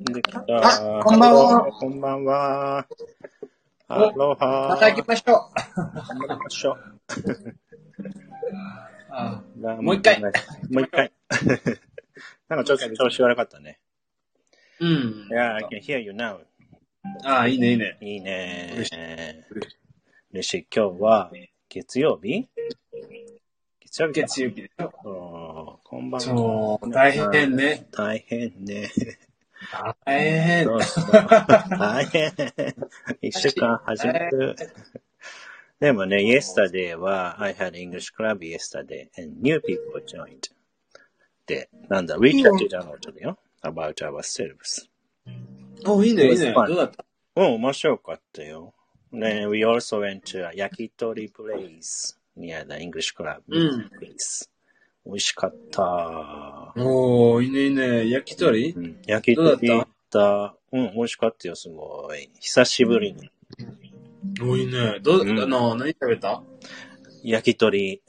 できた。あこんばんは。こんばんは。アロハ。また行きましょ頑張りましょう。う。あももう一回もう一回。 なんかちょっと調子悪かったね。うん。 Yeah, I can hear you now. ああ、いいね、いいね。いいね嬉し嬉し。嬉しい。今日は月曜日月曜日か月曜日でしょ。おーこんばんは。そう、大変ね。大変ね。大変ど。うした大変。一週間始める。でもね、yesterday は、I had English club yesterday and new people joined. で、なんだ、リチャードじゃなかっただよ。about ourselves. お、いいね、いいね。 It was fun. どうだったうん、面白かったよ。ね、we also went to a 焼き鳥 place near the English club. うん place. 美味しかった。おー、いいね、いいね。焼き鳥うん、焼き鳥行った。うん、美味しかったよ、すごい。久しぶりに。お、いいね。どう、うんあの、何食べた焼き鳥。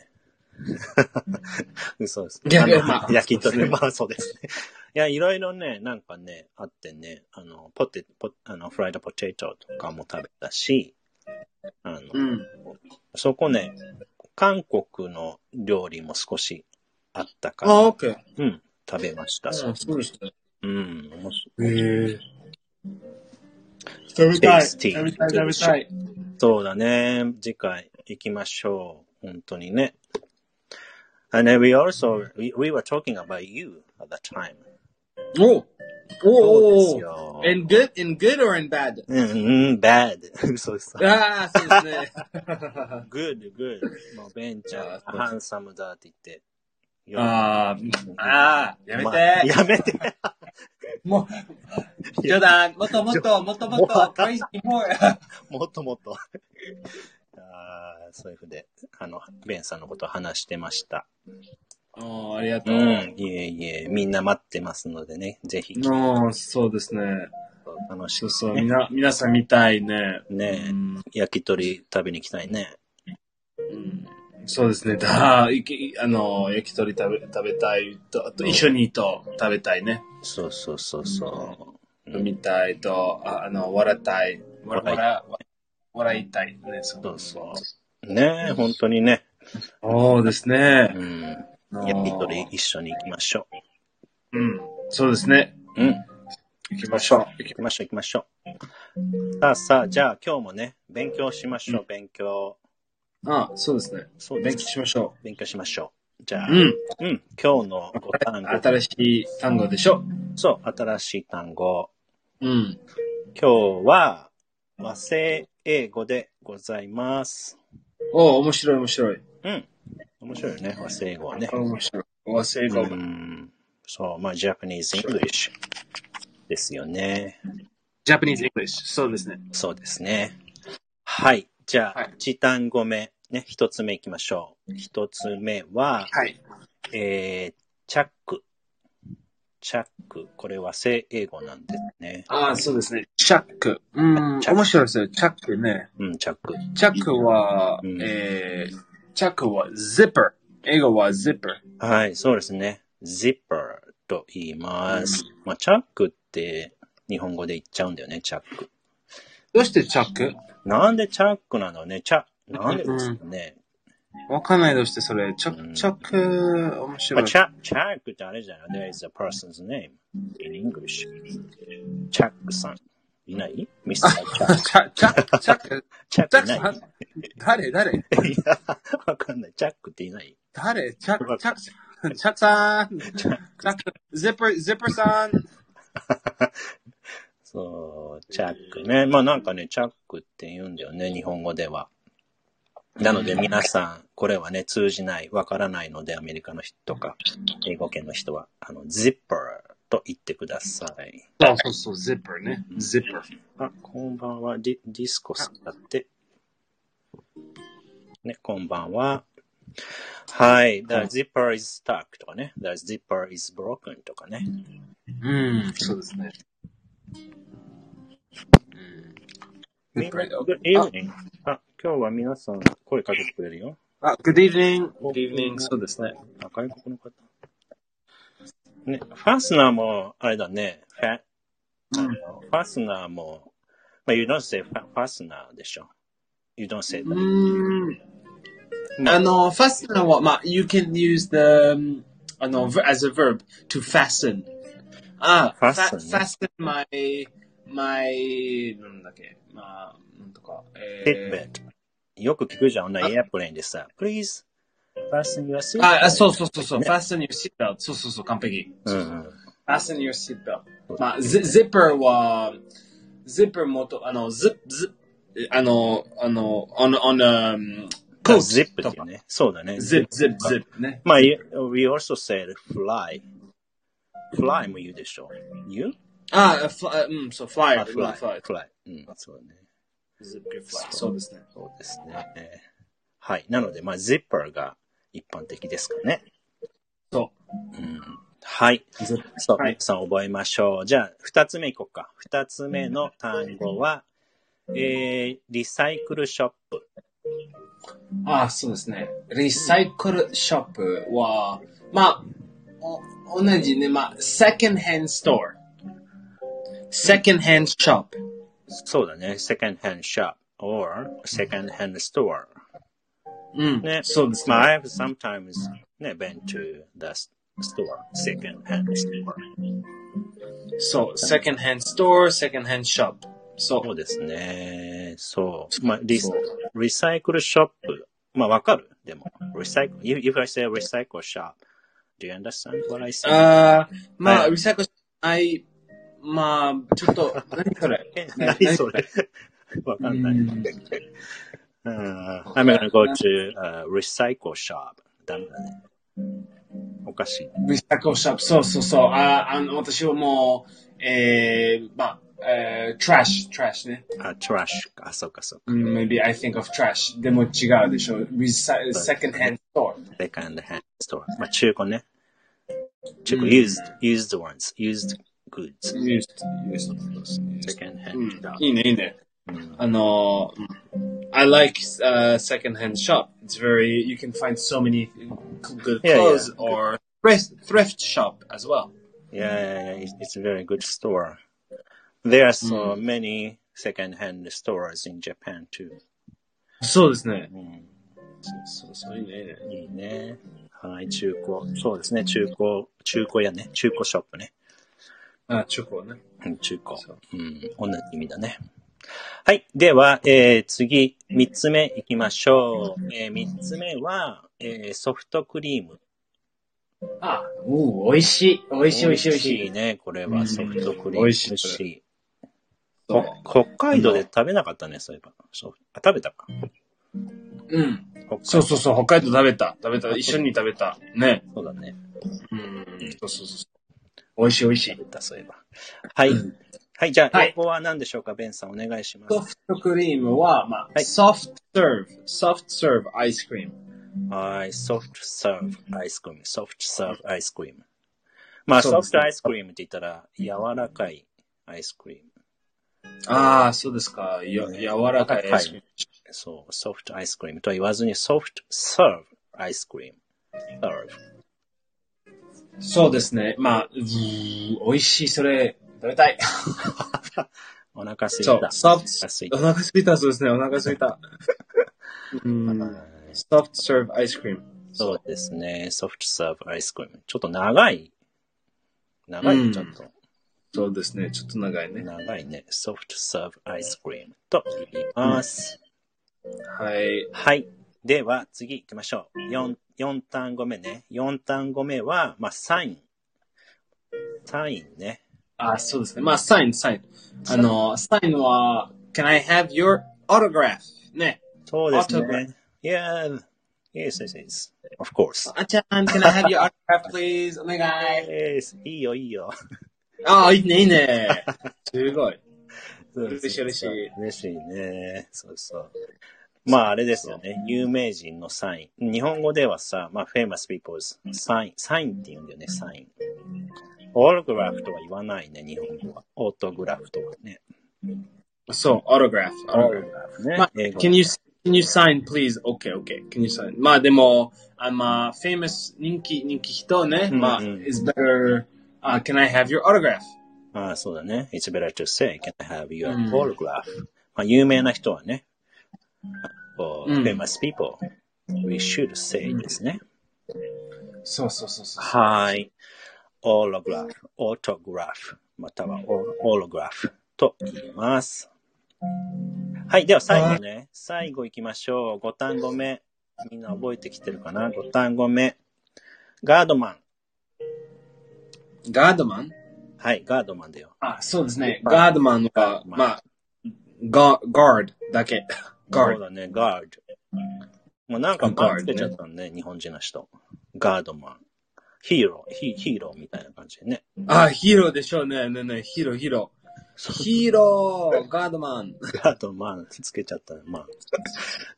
嘘です。いやあのまあ焼き鳥、まあそうですね。いや、いろいろね、なんかね、あってね、あの、ポテ、ポあの、フライドポテトとかも食べたし、あの、うん。そこね、韓国の料理も少しあったかあ、ら、オッケー。うん、食べました。うん、そうでした。へうん、面白え。食べたい。食べ Tasty たい、食べたい。そうだね。次回行きましょう。本当にね。And then we also, we, we were talking about you at that time. おそうでおすおよ。 in good, in good or in bad? うん、うん、bad. そうです。ああ、そ うですね。 good, good. もうベンちゃんあ、そうハンサムだって言って。よあーあー、やめて、まあやめて。もう、冗談、もっともっと、もっともっと、恋しい、もう、もっともっと。あーそういうふうで、あの、ベンさんのことを話してました。おーありがとうう。ん、いえいえ、みんな待ってますのでね、ぜひ、のそうですね。楽しくそうそう、みな、皆さん見たいね。ねえうん焼き鳥食べに行きたいね。うんそうですね。だあ、いき、あの、焼き鳥食べ、食べたいと、あと一緒にと食べたいね。そうそうそうそう。飲みたいと、ああの、笑ったい。笑、笑い笑、笑いたいね。そそうそう。ねえ、本当にね。そうですねう。ん。あの焼き鳥一緒に行きましょうん。そうですね。う。うん。行きましょう。行きましょう、行きましょう。さあさあ、じゃあ今日もね、勉強しましょう、勉強。あそうですね。そうで勉す強しましょ勉強しましょう。じゃあ、う。うん。うん今日のご単語。新しい単語でしょ。そう、新しい単語。うん。今日は和製英語でございます。お面白い面白い。うん。面白いよね、和製英語はね。面白い。忘れう語が。ん。そう、まあ、Japanese English ですよね。 Japanese English。そうですね。そうですね。はい。じゃあ、はい一単語目、ね、一つ目いきましょう。一つ目は、はい。えー、チャック。チャック。これは正英語なんですね。ああ、そうですね。チャック。うん。面チャック白いですよ。チャックね。うん、チャック。チャックは、うんえー、チャックは zipper。英語は zipper。はい、そうですね。zipper と言います。まあ、チャックって日本語で言っちゃうんだよね、チャック。どうしてチャックなんでチャックなのね、チャ、なんでですかね。わかんないどうしてそれ。チャッうんク、チャック、面白まあ、い。チャチャックってあれじゃない ?There is a person's name in English. チャックさん。いない ?Mr. チャック。 チャチャック、チャック、チャッチャクッいクなさいん誰誰いや、わかんない。チャックっていない誰チャック、チャッ ク、チャックさん。チャック、zipper、zipper さん。そう、チャックね。まあなんかね、チャックって言うんだよね、日本語では。なので皆さん、これはね、通じない、わからないので、アメリカの人とか、英語圏の人は、あの、zipper と言ってください。そうそうそう、zipper ね。zipper。あ、こんばんは。ディディスコさんだって。ね、こんばんは。はい。The zipper is stuck とかね。The zipper is broken とかね。うん、そうですね。み Hmm. うん。んな Zipper Good evening. あ、今日は皆さん声かけてくれるよ。あ、あ Ah, good evening. Good evening そうですね。あ、外国の方。ね、ファスナーも、あれだね。ファあのファスナーも、まあ、you don't say ファファスナーでしょ。You don't say that. Mm, ano, fasten na what, ma, you can use the, um, ano, ver- as a verb, to fasten. Ah, Fasten, fasten, eh? fasten my, my, なんだっけ、まあ、なんとか、え Seatbelt。よく聞くじゃん、女ー、エアプレインでさ、Please fasten your あ、あ、そう seatbelt. そうそうそう、ね。 fasten your seatbelt。そうそうそう、完璧。うそうそう。んうん。 fasten your seatbelt。そうまあ、zip- zipper は、zipper もと、あの、zip, zip、あの、あの、on, on, um, だ coat zip っとてか。ね。そうだね、 zip, zip zip, か。 zip ね。まあ、 zip. you- we also said fly. fly も言うでしょ。言うあ、fly, Ah, うん、そう、flyer, あ、うん、 fly, flyer. fly. うん、そうね。 zip, get flyer. そそうう、ですね。そうですね。はい。なので、まあ、zipper が一般的ですかね。そうん。はい。う。zip. そう、は皆い。さん覚えましょう。じゃあ、二つ目いこうか。二つ目の単語は、えー、リサイクルショップ。あ、そうですね。リうん。サイクルショップは、まあ、お同じね、まあ、second hand store。うん。 second hand shop。そうだね。second hand shop or second hand store. うん、ね。そうですまあ、ね。 I have sometimes ね、been to the store, second hand store. そう、second hand store, second hand shop。そそうですね。そう。う。まあ、リス、そう。リサイクルショップ。まあ、わかるでも。リサイクル、if if I say recycle shop, do you understand what I said? あー、はまあ、い。リサイクル、あい、まあ、ちょっ と、何それえ、な、何何そそれれわうかんない。ん。 Uh, わ I'm か gonna る go な to a recycle shop. ダメだね。おかしい。リサイクルショップ、そうそうそう。あ、あの、uh, 私はもう、えー、まあ、えー、trash、trash ね。あ、trash Uh, Ah, か。あ、そうか、そううか。ん maybe I think of trash. でも違うでしょ。リサイ、そうで second すね。 hand store。 second hand store. まあ、中古ね。う中古。ん。 used, used ones, used goods. used, used, used. second う hand ん。 shop. いいね、いいね。うん。あの、うん I like uh, second-hand shop. It's very you can find so many good Yeah, yeah. clothes Good. or thrift thrift shop as well. Yeah, yeah, yeah. It's, it's a very good store. There are so うん、 many second hand stores in Japan too. Mm. そうですね。うん。そうそそうそういいねいいね。う。いいね。はい、中古。Ah, そうですね、中古、中古屋ね。中古ショップね。あ、チョコね。うん、中古。そう。うん、同じ意味だね。はい。では、えー、次、三つ目行きましょう。えー、三つ目は、えー、ソフトクリーム。あ、おう美味しい美味しい美美味味しい美味ししい。いね。これうはソフトクん、美リーム。味し美味い。しい。こ、そう。北あ海道での、食べなかったね、そういえば。そう。あ、食べたか。うん。北そう海そ道。うそう、北海道食べた。食べた。あ、一そう緒だに食べた。ね。そうだね。う。うんん。そうそうそうそう。美味しい美味し食い。べた、そういえば。はうい。ん。はい、じゃあ、は英い。語は何でしょうかベンさん、お願いしまソす。フトクリームは、まあ、はい。 soft serve、soft serve アイスクリーム。はい、ソフトサーブアイスクリーム。ソフトサーブアイスクリーム。まあ、そうソでフすトアね。イスクリームって言ったら、柔らかいアイスクリああ、そうですか。ーム。よ、ね、柔ら柔らかいアイかスい。クリーそう、ソフトアイスクリームとは言わずに、ソフトサーブアイスクリーム。サーブ。ム。そうですね。まあ、うー美味しい、それ、食べたい。 お腹すいそう、た。ソフお腹すいト、おた。腹すいた、そうですね。お腹す いた。うーん。はい。ソフトサーブアイスクリーム。そうそですね。ソフトサーブアイスクリーム。ちょっと長い。う。長いね、うちょっん。と。そうですね。ちょっと長いね。長いね。ソフトサーブアイスクリームと言いうん。ます。はい。はい。では、次行きましょう。4、四単語目ね。4単語目は、まあ、サイン。サインね。あ、そうですね。まあ、サイン、サイン。あサイン。の、サインは、Can I have your autograph? ね。そうです autograph. ね。Yeah. Yes, yes, yes. Of course. あちゃん、can I have your autograph, please? お願い。 yes. いいよ、いいよ。ああ、いいね、い いね。すごい。そうそ嬉しうい、嬉しそう。い。嬉しいね。そうそう。まそあ、あれう、ですよそね。有名人のサイン。日本語ではさ、まあ、famous people's サイン、サインって言うんだよね、サイン。オートグラフとは言わないね、日本語は。オートグラフとはね。う。そう、autograph, オート autograph. グラフま ね、あ、英語 can だ you, と。 can you sign, please? Okay, okay, can you sign? まあ、でも、あまあ、famous 人気、人気人ね。うんまあ、うん。uh, is better, あ can I have your autograph? ああ、そうだね。It's better to say, can I have your photograph? まあ、有名な人はね、for うん famous people, we should say ですね。そうそうそうそう。はい。autograph, autograph, または holograph と言います。はい。では最後ね、最後行きましょう。5単語目。みんな覚えてきてるかな ?5 単語目。ガードマン。ガードマンはい、ガードマンだよ。あ、そうですね。はいガードマンは、まあまあ、ガガードだけ。ガそうード。だね、ガード。もうなんか Guard マークつけちゃったんね、日本人の人。ガードマン。ヒーロー、ヒヒーローみたいな感じでね。あ、ヒーローでしょうね。ねえねえ、ヒーロー、ヒーロー。ヒーロー、ガードマン。ガードマンつけちゃったね、まあ。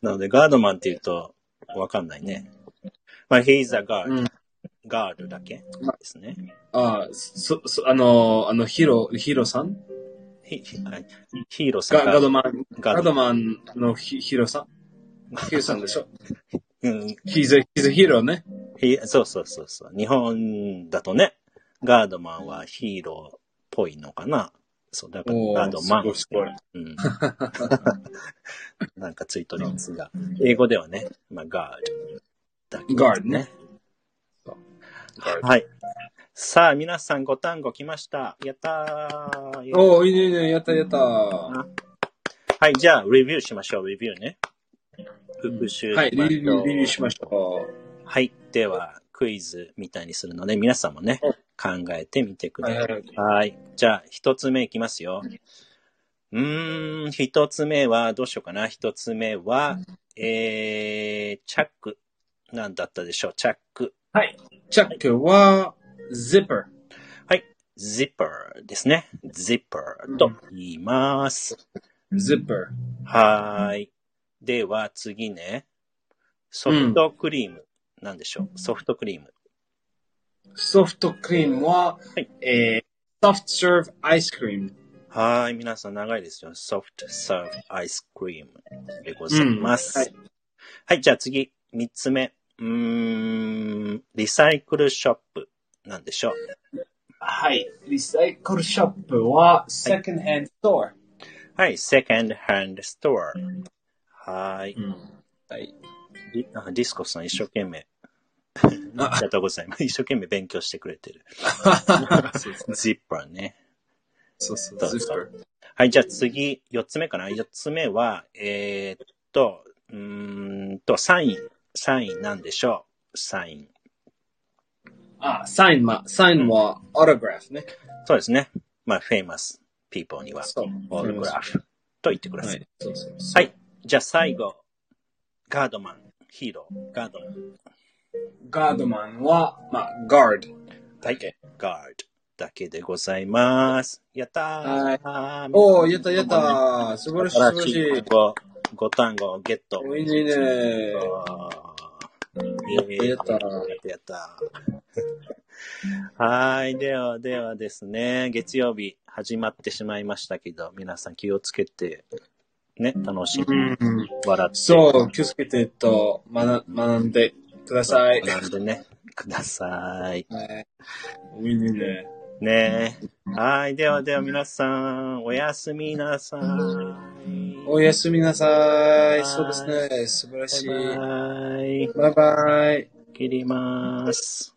なので、ガードマンって言うと、わかんないね。まあ、he's a guard. うんガードだけですね。あ、そ、そ、あの、あの、ヒーロー、ヒーローさんヒヒあヒーローさガんガードマン、ガーガードドママンのヒヒーローさんヒーローさんでし ょン。うん ?He's a, he's a hero ね。ひそうそうそうそう。日本だとね、ガードマンはヒーローっぽいのかな。そう、だからおーガードマン。すごいすうん。なんかついとりますが、英語ではね、まあ、ガードだけですガードね。はい。さあ、皆さんご単語来ました。やったー。おー、いいね、いいね、やった、やった。ははい、じゃあ、レビューしましょう、レビューね。復習い、しまリしリょうリリースしましょはい。では、クイズみたいにするので、皆さんもね、考えてみてくう。だはさい、い。はい、はい。はい。じゃあ、一つ目いきますよ。うーん、一つ目は、どうしようかな。一つ目は、えー、チャック。なんだったでしょう。チャック。はい。チャックは、zipper はい。zipper ですね。zipper と言います。 zipper はーい。では、次ね。ソフトクリーム。なんでしょう。ソフトクリーム。ソフトクリームは、はいえー、soft serve ice cream。はーい。皆さん長いですよ。ソフトサーブアイスクリームでございます。うんははいい、じゃあ次。三つ目。うーん。リサイクルショップ。なんでしょう。はい。リサイクルショップは、second hand store。はい。セカンドハンドストア。はーい。うん。はい。リあディスコさん一生懸命。あありがとうございます。一生懸命勉強してくれてる。そうですねジッパーね。 そうそうどう zipper はい、じゃあ次、四つ目かな。四つ目は、えーっと、うーんと、サイン。サインなんでしょうサイン。あ、サインは、サインは、autograph ね。そうですね。まあ、famous people には、そう。オールグラフと言ってくだはさい。い。そうそうはそう。い、じゃあ最後、ガードマン、ヒーロー、ガードマン。ガードマンは、まあ、ガーはい、ガードだけでございます。やったー。ド。おー、やったやった。素晴らしい、素晴新らししいい。語、語単語をゲット。おいいねいいね。ややったやったやった。はーい。では、ではですね、月曜日始まってしまいましたけど、皆さん気をつけて、ね、楽しくうん。笑って、そう、気をつけてと学学んでください。学んでね、ください。はい。おいいね。ねはい。では、では皆さん、おやすみなさい。おやすみなさい。そうですね。素晴らバしい。イバイ。バイバイ。切ります。